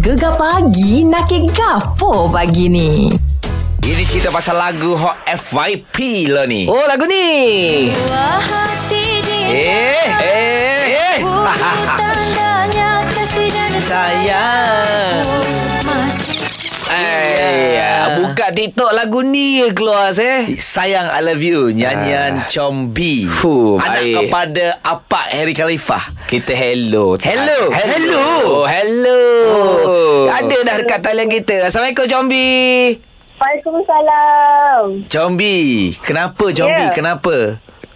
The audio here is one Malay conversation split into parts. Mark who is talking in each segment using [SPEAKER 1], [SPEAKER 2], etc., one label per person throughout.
[SPEAKER 1] Gegar pagi nak ke gapo pagi ni?
[SPEAKER 2] Ini cerita pasal lagu Hot FYP lah ni.
[SPEAKER 3] Oh lagu ni
[SPEAKER 4] Buah hati dia
[SPEAKER 2] Eh, eh, eh.
[SPEAKER 4] Wujud tandanya kasih dan
[SPEAKER 2] Sayang.
[SPEAKER 4] Masih
[SPEAKER 3] Eh, Buka TikTok lagu ni je keluar eh.
[SPEAKER 2] Sayang I Love You Nyanyian Chombi
[SPEAKER 3] Fuh,
[SPEAKER 2] Anak
[SPEAKER 3] baik.
[SPEAKER 2] kepada Apak Harry Khalifah
[SPEAKER 3] Kita ah, hello
[SPEAKER 2] Hello.
[SPEAKER 3] Hello Hello, hello.
[SPEAKER 2] Oh.
[SPEAKER 3] Ada dah dekat talian kita Assalamualaikum Combi
[SPEAKER 5] Waalaikumsalam.
[SPEAKER 2] Chombi Kenapa Chombi
[SPEAKER 5] Ya.
[SPEAKER 2] Kenapa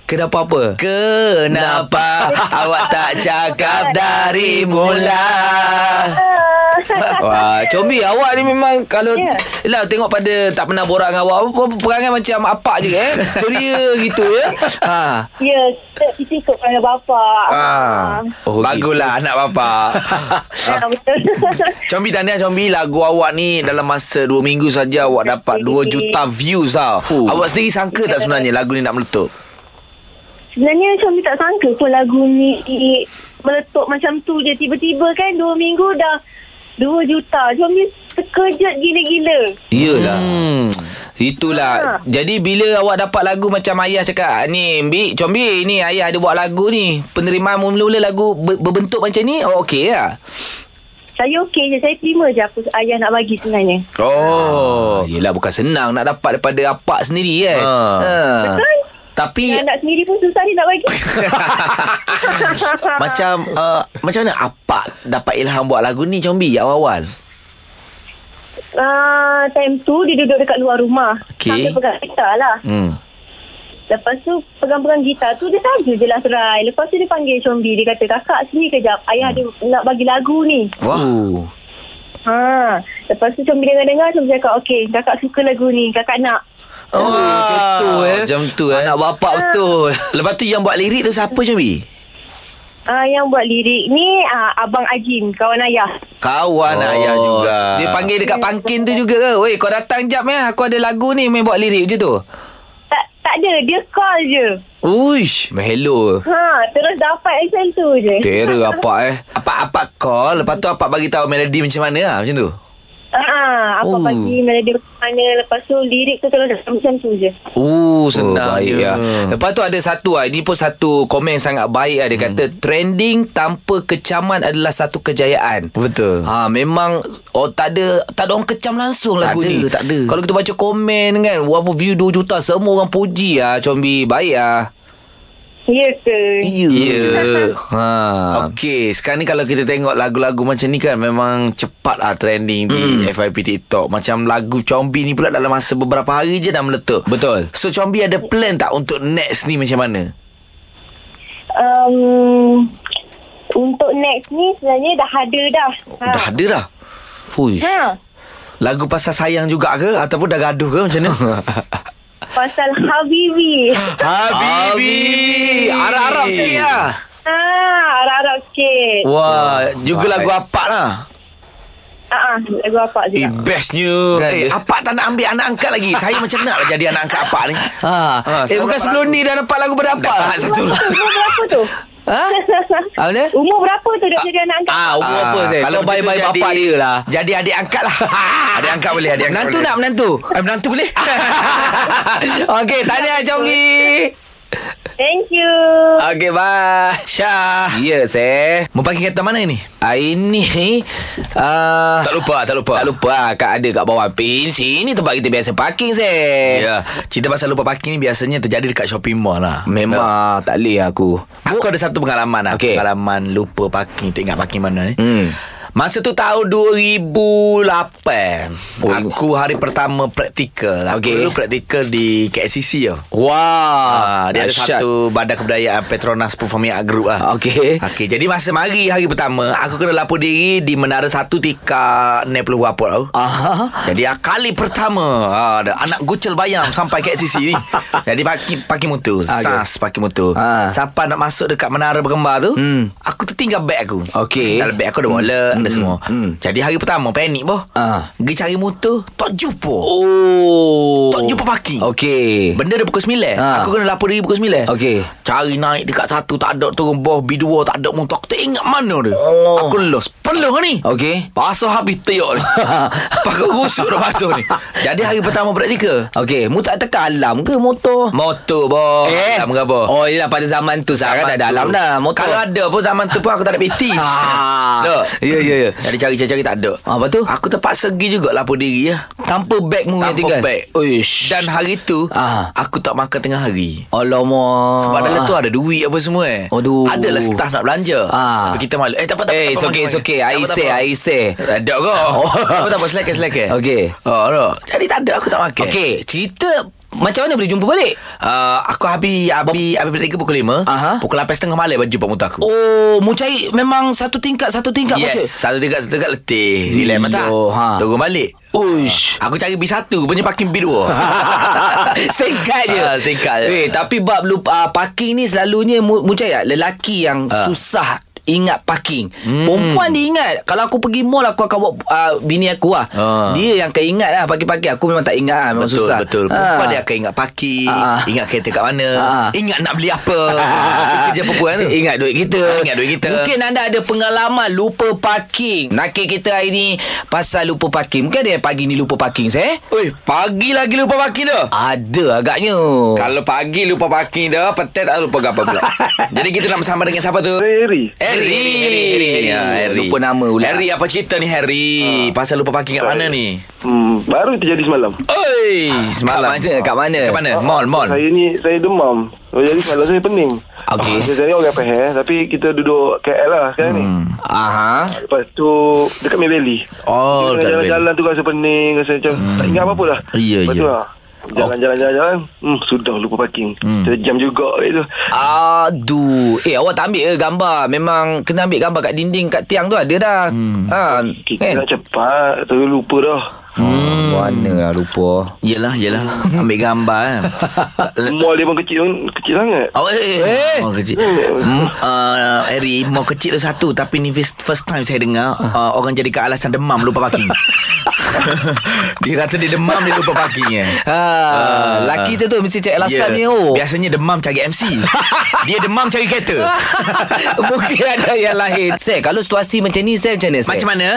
[SPEAKER 3] Kenapa apa?
[SPEAKER 2] Kenapa Awak tak cakap dari mula
[SPEAKER 3] Wah, Combi Ah, awak ni memang kalau
[SPEAKER 5] Ya.
[SPEAKER 3] yeah. lah tengok pada tak pernah borak dengan awak apa perangai macam apak je eh. Ceria gitu ya. Ha.
[SPEAKER 5] Ya, kita, kita ikut panggil bapak.
[SPEAKER 2] Ah, oh,
[SPEAKER 3] Oh,
[SPEAKER 2] Baguslah anak bapak
[SPEAKER 5] Ya, betul.
[SPEAKER 2] Combi tahniah Combi Lagu awak ni Dalam masa 2 minggu saja Awak dapat 2 juta views tau
[SPEAKER 3] Fuh.
[SPEAKER 2] Awak sendiri sangka tak sebenarnya Lagu ni nak meletup
[SPEAKER 5] Sebenarnya Syamli tak sangka pun lagu ni i- meletup macam tu je. Tiba-tiba kan dua minggu dah dua juta. Syamli terkejut gila-gila.
[SPEAKER 3] Iyalah.
[SPEAKER 2] Hmm
[SPEAKER 3] Itulah.
[SPEAKER 5] Ha.
[SPEAKER 3] Jadi bila awak dapat lagu macam ayah cakap, ni Bi, Combi, ni ayah ada buat lagu ni. Penerimaan mula-mula lagu ber- berbentuk macam ni, oh, okey lah.
[SPEAKER 5] Saya okey je. Saya terima je apa ayah nak bagi sebenarnya.
[SPEAKER 2] Oh
[SPEAKER 3] Oh. Yelah bukan senang nak dapat daripada apak sendiri kan.
[SPEAKER 2] Ha.
[SPEAKER 3] Ha.
[SPEAKER 5] Kan?
[SPEAKER 2] Tapi
[SPEAKER 5] Yang anak sendiri pun susah ni nak bagi.
[SPEAKER 2] Macam uh, Macam mana Apak dapat ilham buat lagu ni Combi awal-awal
[SPEAKER 5] Ah, time tu dia duduk dekat luar rumah.
[SPEAKER 2] Okey.
[SPEAKER 5] Sampai pegang gitar lah.
[SPEAKER 2] Hmm
[SPEAKER 5] Lepas tu pegang-pegang gitar tu dia saja je lah serai. Lepas tu dia panggil Chombi. Dia kata kakak sini kejap. Ayah ada nak bagi lagu ni.
[SPEAKER 2] Wah
[SPEAKER 3] Uh.
[SPEAKER 5] Ha. Lepas tu Chombi dengar-dengar. Chombi cakap okey kakak suka lagu ni. Kakak nak.
[SPEAKER 2] Oh, macam
[SPEAKER 3] Tu, eh.
[SPEAKER 2] Macam tu eh
[SPEAKER 3] Anak bapak betul.
[SPEAKER 2] Lepas tu yang buat lirik tu siapa Combi?
[SPEAKER 5] Ah, yang buat lirik ni ah, Abang Ajin Kawan ayah
[SPEAKER 2] Kawan oh, ayah juga
[SPEAKER 3] Dia panggil dekat pangkin tu juga ke? Weh, kau datang jap ya. Aku ada lagu ni main buat lirik je tu.
[SPEAKER 5] Tak tak ada Dia call je
[SPEAKER 2] Uish
[SPEAKER 3] Hello.
[SPEAKER 5] Ha, terus dapat macam tu je
[SPEAKER 3] Terror apak eh.
[SPEAKER 2] Apak-apak call Lepas tu apak bagi tahu melodi macam mana lah Macam tu
[SPEAKER 5] Ha, apa
[SPEAKER 2] Oh.
[SPEAKER 5] pagi melodi macam mana Lepas tu lirik tu terus dapat macam tu je
[SPEAKER 2] Oh
[SPEAKER 3] oh,
[SPEAKER 2] senang
[SPEAKER 3] baik
[SPEAKER 2] je.
[SPEAKER 3] ya. Lepas tu ada satu ah ini pun satu komen sangat baik ah dia kata
[SPEAKER 2] Hmm.
[SPEAKER 3] trending tanpa kecaman adalah satu kejayaan.
[SPEAKER 2] Betul
[SPEAKER 3] Ha memang oh tak ada tak ada orang kecam langsung
[SPEAKER 2] Tak
[SPEAKER 3] lagu
[SPEAKER 2] ada,
[SPEAKER 3] ni.
[SPEAKER 2] tak ada.
[SPEAKER 3] Kalau kita baca komen kan berapa view 2 juta semua orang puji ah Combi baik ah.
[SPEAKER 5] Ya ke
[SPEAKER 2] Ya yeah.
[SPEAKER 3] Ha.
[SPEAKER 2] Okey, sekarang ni kalau kita tengok lagu-lagu macam ni kan memang cepat lah trending di
[SPEAKER 3] Hmm.
[SPEAKER 2] FYP TikTok. Macam lagu Combi ni pula dalam masa beberapa hari je dah meletup.
[SPEAKER 3] Betul.
[SPEAKER 2] So Combi ada plan tak untuk next ni macam mana?
[SPEAKER 5] um, untuk next ni sebenarnya dah ada dah.
[SPEAKER 2] Ha.
[SPEAKER 3] Ah.
[SPEAKER 2] Dah ada dah.
[SPEAKER 3] Fuish.
[SPEAKER 5] Ha.
[SPEAKER 2] Lagu pasal sayang juga ke ataupun dah gaduh ke macam mana?
[SPEAKER 5] Pasal Habibi.
[SPEAKER 3] Ah.
[SPEAKER 2] Habibi.
[SPEAKER 3] Arab-Arab sikit lah.
[SPEAKER 5] ha, harap-harap sikit.
[SPEAKER 3] Oh.
[SPEAKER 2] Wah, juga
[SPEAKER 3] Baik.
[SPEAKER 2] lagu apak lah.
[SPEAKER 5] Ah, ah, lagu apa je.
[SPEAKER 2] Eh,
[SPEAKER 3] Ya.
[SPEAKER 5] lah.
[SPEAKER 2] bestnya.
[SPEAKER 3] Kan
[SPEAKER 2] Eh,
[SPEAKER 3] dia?
[SPEAKER 2] apak tak nak ambil anak angkat lagi. Saya macam nak lah jadi anak angkat apak ni.
[SPEAKER 3] Ha. eh
[SPEAKER 2] selalu
[SPEAKER 3] bukan
[SPEAKER 2] dapat
[SPEAKER 3] sebelum
[SPEAKER 2] lagu.
[SPEAKER 3] ni dah dapat lagu pada apak.
[SPEAKER 2] Dapat satu.
[SPEAKER 5] Umur berapa tu?
[SPEAKER 3] Ha? Apa dia?
[SPEAKER 5] Umur berapa tu dah jadi anak angkat?
[SPEAKER 3] Ah, umur
[SPEAKER 2] Ah,
[SPEAKER 3] apa saya? Kau
[SPEAKER 2] macam tu
[SPEAKER 3] baik-baik
[SPEAKER 2] jadi-
[SPEAKER 3] bapak dia lah.
[SPEAKER 2] Jadi adik angkat lah Adik angkat boleh adik angkat
[SPEAKER 3] Menantu
[SPEAKER 2] boleh.
[SPEAKER 3] nak menantu.
[SPEAKER 2] Eh, menantu boleh
[SPEAKER 3] Okey, tahniah Combi.
[SPEAKER 5] Thank you.
[SPEAKER 3] Okey, bye.
[SPEAKER 2] Syah
[SPEAKER 3] Yes eh
[SPEAKER 2] Mempaki Ya. kereta mana ni?
[SPEAKER 3] Hari ni uh,
[SPEAKER 2] Tak lupa Tak lupa
[SPEAKER 3] Tak lupa lah Kat ada kat bawah pin Sini tempat kita biasa parking saya yeah.
[SPEAKER 2] Ya Cerita pasal lupa parking ni Biasanya terjadi dekat shopping mall lah
[SPEAKER 3] Memang tak boleh aku
[SPEAKER 2] Aku ada satu pengalaman lah
[SPEAKER 3] Okey.
[SPEAKER 2] Pengalaman lupa parking Tak ingat parking mana ni
[SPEAKER 3] Hmm.
[SPEAKER 2] Masa tu tahun 2008
[SPEAKER 3] Oh,
[SPEAKER 2] Aku hari pertama praktikal Aku
[SPEAKER 3] Okey.
[SPEAKER 2] dulu praktikal di KCC tau
[SPEAKER 3] Wah
[SPEAKER 2] Ah, dia ada satu badan kebudayaan Petronas Performing Art Group lah.
[SPEAKER 3] Okey.
[SPEAKER 2] Okey, jadi masa mari hari pertama, aku kena lapor diri di Menara Satu Tika Nepal Wapot tau.
[SPEAKER 3] Ah,
[SPEAKER 2] Jadi ah, kali pertama ah, ada anak gucel bayam sampai kat sisi ni. Jadi parking parking motor,
[SPEAKER 3] Ah, okey.
[SPEAKER 2] sas parking motor.
[SPEAKER 3] Ah.
[SPEAKER 2] Siapa nak masuk dekat Menara Berkembar tu,
[SPEAKER 3] Hmm.
[SPEAKER 2] aku tertinggal beg aku.
[SPEAKER 3] Okey.
[SPEAKER 2] Dalam beg aku ada wallet, ada Ada semua
[SPEAKER 3] hmm.
[SPEAKER 2] Jadi hari pertama Panik boh
[SPEAKER 3] Ah.
[SPEAKER 2] Pergi cari motor Tak jumpa
[SPEAKER 3] Oh.
[SPEAKER 2] Tak jumpa parking.
[SPEAKER 3] Okey.
[SPEAKER 2] Benda dah pukul 9
[SPEAKER 3] Eh. Ha.
[SPEAKER 2] Aku kena lapor diri pukul 9
[SPEAKER 3] Okey.
[SPEAKER 2] Cari naik dekat satu Tak ada turun bawah B2 tak ada motor Aku tak ingat mana dia oh. Aku lost Peluh ni
[SPEAKER 3] Okey.
[SPEAKER 2] Pasal habis teyok ni Pakai rusuk dah pasal ni Jadi hari pertama praktikal
[SPEAKER 3] Okey, mu tak tekan alam ke motor?
[SPEAKER 2] Motor boh Dalam berapa
[SPEAKER 3] Oh, ialah pada zaman tu sekarang
[SPEAKER 2] Zaman
[SPEAKER 3] dah ada
[SPEAKER 2] tu.
[SPEAKER 3] alam dah motor.
[SPEAKER 2] Kalau ada pun zaman tu pun aku tak ada peti
[SPEAKER 3] Ah.
[SPEAKER 2] Tak?
[SPEAKER 3] Ya, ya, ya.
[SPEAKER 2] Jadi cari-cari tak ada
[SPEAKER 3] Ah, lepas tu?
[SPEAKER 2] Aku terpaksa pergi juga lapor diri ya
[SPEAKER 3] tanpa beg mu yang
[SPEAKER 2] Tanpa
[SPEAKER 3] tinggal.
[SPEAKER 2] beg
[SPEAKER 3] Uish.
[SPEAKER 2] Dan hari tu
[SPEAKER 3] Ah.
[SPEAKER 2] Aku tak makan tengah hari
[SPEAKER 3] Alamak.
[SPEAKER 2] Sebab dalam tu ada duit apa semua eh.
[SPEAKER 3] Ah. Aduh.
[SPEAKER 2] Adalah staff nak belanja.
[SPEAKER 3] Ah.
[SPEAKER 2] Tapi kita malu. Eh tak apa tak apa.
[SPEAKER 3] Eh, it's okay, it's okay. I say, I say.
[SPEAKER 2] Ada ke?
[SPEAKER 3] Oh.
[SPEAKER 2] Tak apa tak apa silakan silakan.
[SPEAKER 3] Okey.
[SPEAKER 2] Oh, no. Jadi tak ada aku tak makan.
[SPEAKER 3] Okey, cerita macam mana boleh jumpa balik?
[SPEAKER 2] Uh, aku habis habis habis bertiga pukul 5.
[SPEAKER 3] Aha.
[SPEAKER 2] Pukul 8.30 malam baju jumpa muta aku.
[SPEAKER 3] Oh, mu cari memang satu tingkat satu tingkat
[SPEAKER 2] yes,
[SPEAKER 3] macam.
[SPEAKER 2] satu dekat satu dekat letih. Relax mata.
[SPEAKER 3] Yo, ha.
[SPEAKER 2] Turun balik.
[SPEAKER 3] Uish.
[SPEAKER 2] Aku cari B1 punya parking B2.
[SPEAKER 3] Singkat je
[SPEAKER 2] Ah, singkat je.
[SPEAKER 3] Weh, Tapi bab lupa uh, parking ni Selalunya mu, mu cakap Lelaki yang
[SPEAKER 2] Ah.
[SPEAKER 3] susah Ingat parking hmm. Perempuan dia ingat Kalau aku pergi mall Aku akan bawa uh, Bini aku lah
[SPEAKER 2] Ah.
[SPEAKER 3] Dia yang akan ingat lah Pagi-pagi Aku memang tak ingat lah Memang
[SPEAKER 2] Betul,
[SPEAKER 3] susah
[SPEAKER 2] betul. Perempuan dia akan ingat parking,
[SPEAKER 3] Ah.
[SPEAKER 2] ingat kereta kat mana,
[SPEAKER 3] Ah.
[SPEAKER 2] ingat nak beli apa. Itu kerja perempuan tu.
[SPEAKER 3] Ingat duit kita
[SPEAKER 2] Ah, ingat duit kita.
[SPEAKER 3] Mungkin anda ada pengalaman Lupa parking Nakik kita hari ni Pasal lupa parking Mungkin ada yang pagi ni lupa parking saya
[SPEAKER 2] Oi, pagi lagi lupa parking dah.
[SPEAKER 3] Ada agaknya
[SPEAKER 2] Kalau pagi lupa parking dah, petang tak lupa gapo pula. Jadi kita nak bersama dengan siapa tu?
[SPEAKER 6] Seri
[SPEAKER 2] Harry.
[SPEAKER 3] Harry, Harry, Harry.
[SPEAKER 2] Ya, Harry.
[SPEAKER 3] Lupa nama pula.
[SPEAKER 2] Harry apa cerita ni Harry? Pasal lupa parking kat mana ni?
[SPEAKER 6] hmm, Baru terjadi semalam
[SPEAKER 2] Oi, semalam.
[SPEAKER 3] mana? Kat mana?
[SPEAKER 2] Kat Ah, mana? Mall, mall.
[SPEAKER 6] Saya ni Saya demam Oh, Jadi semalam saya pening
[SPEAKER 3] Okey.
[SPEAKER 6] Saya, saya orang Pahal Tapi kita duduk KL lah sekarang hmm. ni
[SPEAKER 3] Aha.
[SPEAKER 6] Lepas tu Dekat Maybelli
[SPEAKER 2] Oh, dekat Maybelli.
[SPEAKER 6] Jalan-jalan tu rasa pening Rasa macam hmm. Tak ingat apa-apa lah
[SPEAKER 2] Ya,
[SPEAKER 6] Lepas tu
[SPEAKER 2] ya.
[SPEAKER 6] lah Jalan-jalan-jalan hmm, Sudah lupa parking hmm. Sejam juga itu
[SPEAKER 3] Aduh Eh awak tak ambil ke gambar Memang kena ambil gambar kat dinding Kat tiang tu ada dah hmm. ha,
[SPEAKER 6] Kita
[SPEAKER 3] kan?
[SPEAKER 6] nak cepat Terus lupa dah
[SPEAKER 3] hmm. Mana lah lupa
[SPEAKER 2] Yelah, yelah. Ambil gambar kan.
[SPEAKER 6] Mall dia pun kecil pun Kecil sangat
[SPEAKER 2] Oh, eh, eh.
[SPEAKER 3] Eh.
[SPEAKER 2] Mall kecil. Mm, uh, Harry, mall kecil tu satu. Tapi ni first, first time saya dengar
[SPEAKER 3] Ah.
[SPEAKER 2] uh, orang jadikan alasan demam lupa parking. dia kata dia demam, dia lupa parking. Eh.
[SPEAKER 3] ha,
[SPEAKER 2] Ah.
[SPEAKER 3] Laki tu tu Mesti cek
[SPEAKER 2] Ya.
[SPEAKER 3] lasan ni oh
[SPEAKER 2] Biasanya demam cari MC Dia demam cari kereta
[SPEAKER 3] Mungkin ada yang lain Saya kalau situasi macam ni Saya macam mana Sel?
[SPEAKER 2] Macam mana?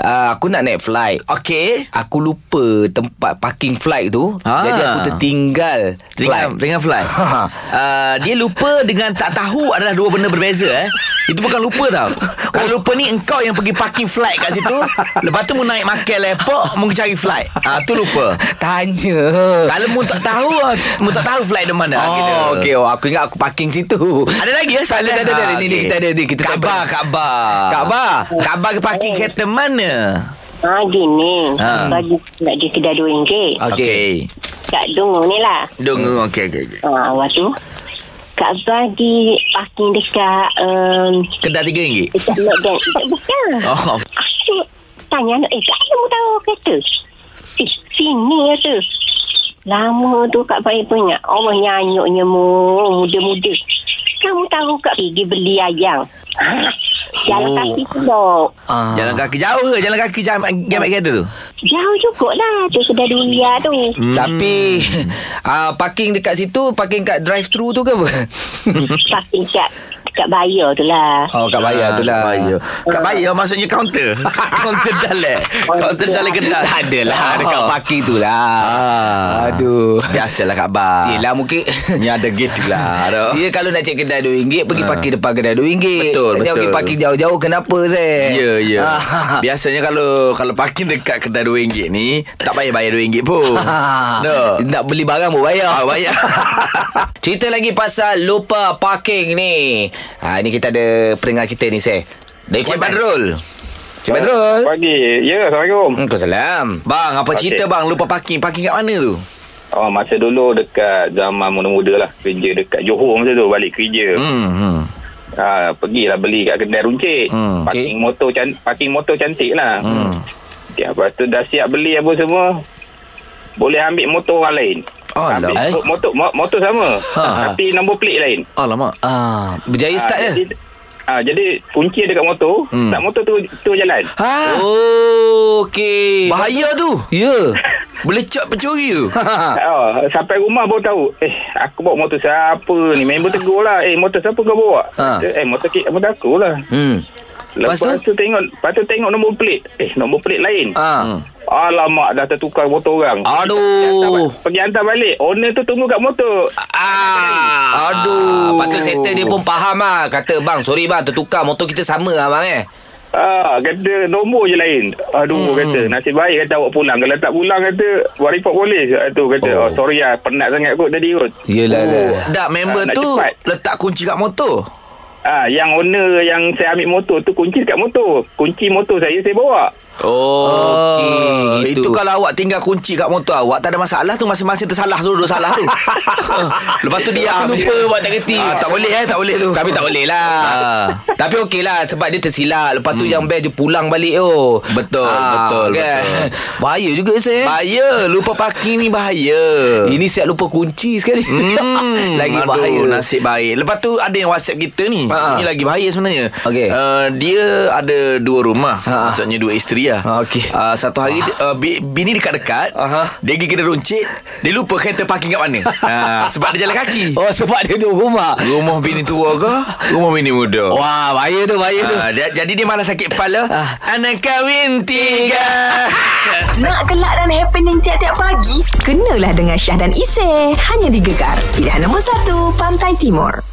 [SPEAKER 3] Ah, Aku nak naik flight
[SPEAKER 2] Okey
[SPEAKER 3] Aku lupa tempat parking flight tu
[SPEAKER 2] Ah.
[SPEAKER 3] Jadi aku tertinggal flight
[SPEAKER 2] dengan, dengan fly
[SPEAKER 3] Ha.
[SPEAKER 2] uh, Dia lupa dengan tak tahu adalah dua benda berbeza eh. Itu bukan lupa tau Kalau lupa ni engkau yang pergi parking flight kat situ Lepas tu mu naik makan airport Mu cari flight Ah tu lupa
[SPEAKER 3] Tanya
[SPEAKER 2] Kalau mu tak tahu ah, Mu tak tahu flight di mana ah, kita.
[SPEAKER 3] Oh, okey. Oh, aku ingat aku parking situ.
[SPEAKER 2] Ada lagi ya soalan?
[SPEAKER 3] Ada, ada, ada. Ni, ni, kita ada, ni, kita Oh.
[SPEAKER 2] Kabar,
[SPEAKER 3] table.
[SPEAKER 2] kabar
[SPEAKER 3] Kabar.
[SPEAKER 2] Kabar ke parking kereta mana?
[SPEAKER 7] Ha gini ha.
[SPEAKER 2] Ha.
[SPEAKER 7] Baju nak dia kedai
[SPEAKER 3] Ah.
[SPEAKER 7] RM2
[SPEAKER 3] Okey. Hmm.
[SPEAKER 7] Kat Dungu ni lah
[SPEAKER 2] Dung, okey, okey okey.
[SPEAKER 7] Ha lepas tu Kak Zuan di parking dekat um,
[SPEAKER 2] Kedai tiga ringgit
[SPEAKER 7] Dekat Lockdown Dekat bukan
[SPEAKER 2] Oh
[SPEAKER 7] Aku tanya anak Eh kat mana mu tahu kereta Eh sini kata Lama tu Kak Baik punya Allah nyanyuknya mu Muda-muda Kamu tahu Kak pergi beli ayam ha, Jalan
[SPEAKER 2] Oh.
[SPEAKER 7] oh. kaki pulak
[SPEAKER 3] Ah.
[SPEAKER 2] Jalan kaki jauh ke Jalan kaki jam, jam kereta tu
[SPEAKER 7] Jauh cukup lah Tu kedai dunia tu
[SPEAKER 3] Hmm. Tapi uh, parking dekat situ, parking kat drive-thru tu ke apa?
[SPEAKER 7] Parking kat Dekat bayar tu lah
[SPEAKER 3] oh, kat bayar tu lah.
[SPEAKER 2] Ah, Bayar Kat bayar maksudnya kaunter Kaunter dalek Kaunter dalek kedai
[SPEAKER 3] Tak adalah oh. dekat parking tu lah.
[SPEAKER 2] lah. Ah.
[SPEAKER 3] Aduh.
[SPEAKER 2] Biasalah kat bar
[SPEAKER 3] Yelah mungkin
[SPEAKER 2] Ni ada gitu lah doh.
[SPEAKER 3] Dia kalau nak cek kedai RM2 Pergi parking depan kedai RM2
[SPEAKER 2] Ah. Betul,
[SPEAKER 3] Jangan
[SPEAKER 2] betul.
[SPEAKER 3] pergi parking jauh-jauh Kenapa saya
[SPEAKER 2] Ya ya
[SPEAKER 3] Ah.
[SPEAKER 2] Biasanya kalau Kalau parking dekat kedai RM2 ni Tak payah bayar RM2 pun
[SPEAKER 3] Ah,
[SPEAKER 2] No
[SPEAKER 3] Nak beli barang pun bayar
[SPEAKER 2] Ah, bayar.
[SPEAKER 3] Cerita lagi pasal lupa parking ni ha, Ni kita ada pendengar kita ni saya Dari
[SPEAKER 2] Cik
[SPEAKER 3] Kuantan.
[SPEAKER 2] Badrul
[SPEAKER 3] Cik Badrul
[SPEAKER 6] Pagi Ya Assalamualaikum
[SPEAKER 3] Hmm, Waalaikumsalam
[SPEAKER 2] Bang apa
[SPEAKER 6] Okey.
[SPEAKER 2] cerita bang Lupa parking Parking kat mana tu
[SPEAKER 6] Oh, masa dulu dekat zaman muda-muda lah. Kerja dekat Johor masa tu, balik kerja.
[SPEAKER 2] Hmm, hmm.
[SPEAKER 6] Ha, pergilah beli kat kedai runcit.
[SPEAKER 2] Hmm,
[SPEAKER 6] Hmm,
[SPEAKER 3] okey.
[SPEAKER 6] parking motor can, parking motor cantik lah. Hmm. Okay, lepas tu dah siap beli apa semua. Boleh ambil motor orang lain.
[SPEAKER 2] Alah. eh.
[SPEAKER 6] ambil motor, motor, mo- motor sama.
[SPEAKER 2] Ha, ha.
[SPEAKER 6] Ha, tapi nombor plate lain.
[SPEAKER 2] Eh, Alamak
[SPEAKER 3] Ah, berjaya start
[SPEAKER 6] Ah,
[SPEAKER 3] dia.
[SPEAKER 6] jadi- ha, jadi kunci dekat motor, hmm. tak motor tu tu jalan.
[SPEAKER 2] Ha?
[SPEAKER 3] Ah. Oh, okey.
[SPEAKER 2] Bahaya tu.
[SPEAKER 3] Ya.
[SPEAKER 2] Boleh cop pencuri tu.
[SPEAKER 3] Hmm. Ah.
[SPEAKER 6] Ha. Ha, sampai rumah baru tahu Eh aku bawa motor siapa ni Member tegur lah Eh motor siapa kau bawa
[SPEAKER 3] Ha.
[SPEAKER 6] ha. Eh motor, ki- motor aku lah
[SPEAKER 3] Hmm.
[SPEAKER 6] Lepas,
[SPEAKER 3] Lepas
[SPEAKER 6] tu? tengok Lepas tu tengok nombor pelit Eh nombor pelit lain
[SPEAKER 3] Ah.
[SPEAKER 6] Alamak dah tertukar motor orang
[SPEAKER 3] Aduh.
[SPEAKER 6] Pergi hantar balik Owner tu tunggu kat motor
[SPEAKER 3] Ah,
[SPEAKER 2] Aduh.
[SPEAKER 3] Patut settle dia pun faham lah Kata bang Sorry bang Tertukar motor kita sama lah bang eh
[SPEAKER 6] Ah, kata nombor je lain. Aduh, hmm. kata. Nasib baik kata awak pulang. Kalau tak pulang, kata, buat report polis. Ah, Tu kata, oh. Ya. oh sorry lah. Penat sangat kot tadi kot.
[SPEAKER 3] Yelah
[SPEAKER 2] Oh, dah member
[SPEAKER 6] nak
[SPEAKER 2] tu
[SPEAKER 6] cepat.
[SPEAKER 2] letak kunci kat motor.
[SPEAKER 6] Ah, yang owner yang saya ambil motor tu kunci dekat motor. Kunci motor saya, saya bawa.
[SPEAKER 3] Oh,
[SPEAKER 2] Oh,
[SPEAKER 3] okay, gitu.
[SPEAKER 2] Itu kalau awak tinggal kunci kat motor awak Tak ada masalah tu Masing-masing tersalah tu Dua salah tu Lepas tu diam
[SPEAKER 3] Lupa
[SPEAKER 2] je.
[SPEAKER 3] buat tak kerti.
[SPEAKER 2] ah, Tak boleh eh Tak boleh tu
[SPEAKER 3] Tapi tak boleh lah
[SPEAKER 2] Ah. Hmm.
[SPEAKER 3] Tapi okey lah Sebab dia tersilap Lepas tu yang best Dia pulang balik oh. kan?
[SPEAKER 2] Betul, betul, betul.
[SPEAKER 3] Bahaya juga saya
[SPEAKER 2] Bahaya Lupa parking ni bahaya
[SPEAKER 3] Ini siap lupa kunci sekali
[SPEAKER 2] Hmm,
[SPEAKER 3] Lagi
[SPEAKER 2] aduh,
[SPEAKER 3] bahaya
[SPEAKER 2] Nasib baik Lepas tu ada yang whatsapp kita ni
[SPEAKER 3] Ha, ha.
[SPEAKER 2] Ini lagi bahaya sebenarnya
[SPEAKER 3] Okey.
[SPEAKER 2] uh, Dia ada dua rumah
[SPEAKER 3] Ha, ha.
[SPEAKER 2] Maksudnya dua isteri lah
[SPEAKER 3] Ha, okey. Ah.
[SPEAKER 2] uh, Satu hari uh, bi- Bini dekat-dekat
[SPEAKER 3] Aha.
[SPEAKER 2] Dia pergi kena runcit Dia lupa kereta parking kat mana uh, Sebab dia jalan kaki
[SPEAKER 3] Oh sebab dia duduk rumah
[SPEAKER 2] Rumah bini tua ke Rumah bini muda
[SPEAKER 3] Wah bahaya tu bahaya tu
[SPEAKER 2] Ah, dia, jadi dia malah sakit kepala
[SPEAKER 3] Ah.
[SPEAKER 2] Anak kahwin tiga
[SPEAKER 1] Nak kelak dan happening tiap-tiap pagi? Kenalah dengan Syah dan Isy. Hanya di Gegar. Pilihan nombor 1, Pantai Timur.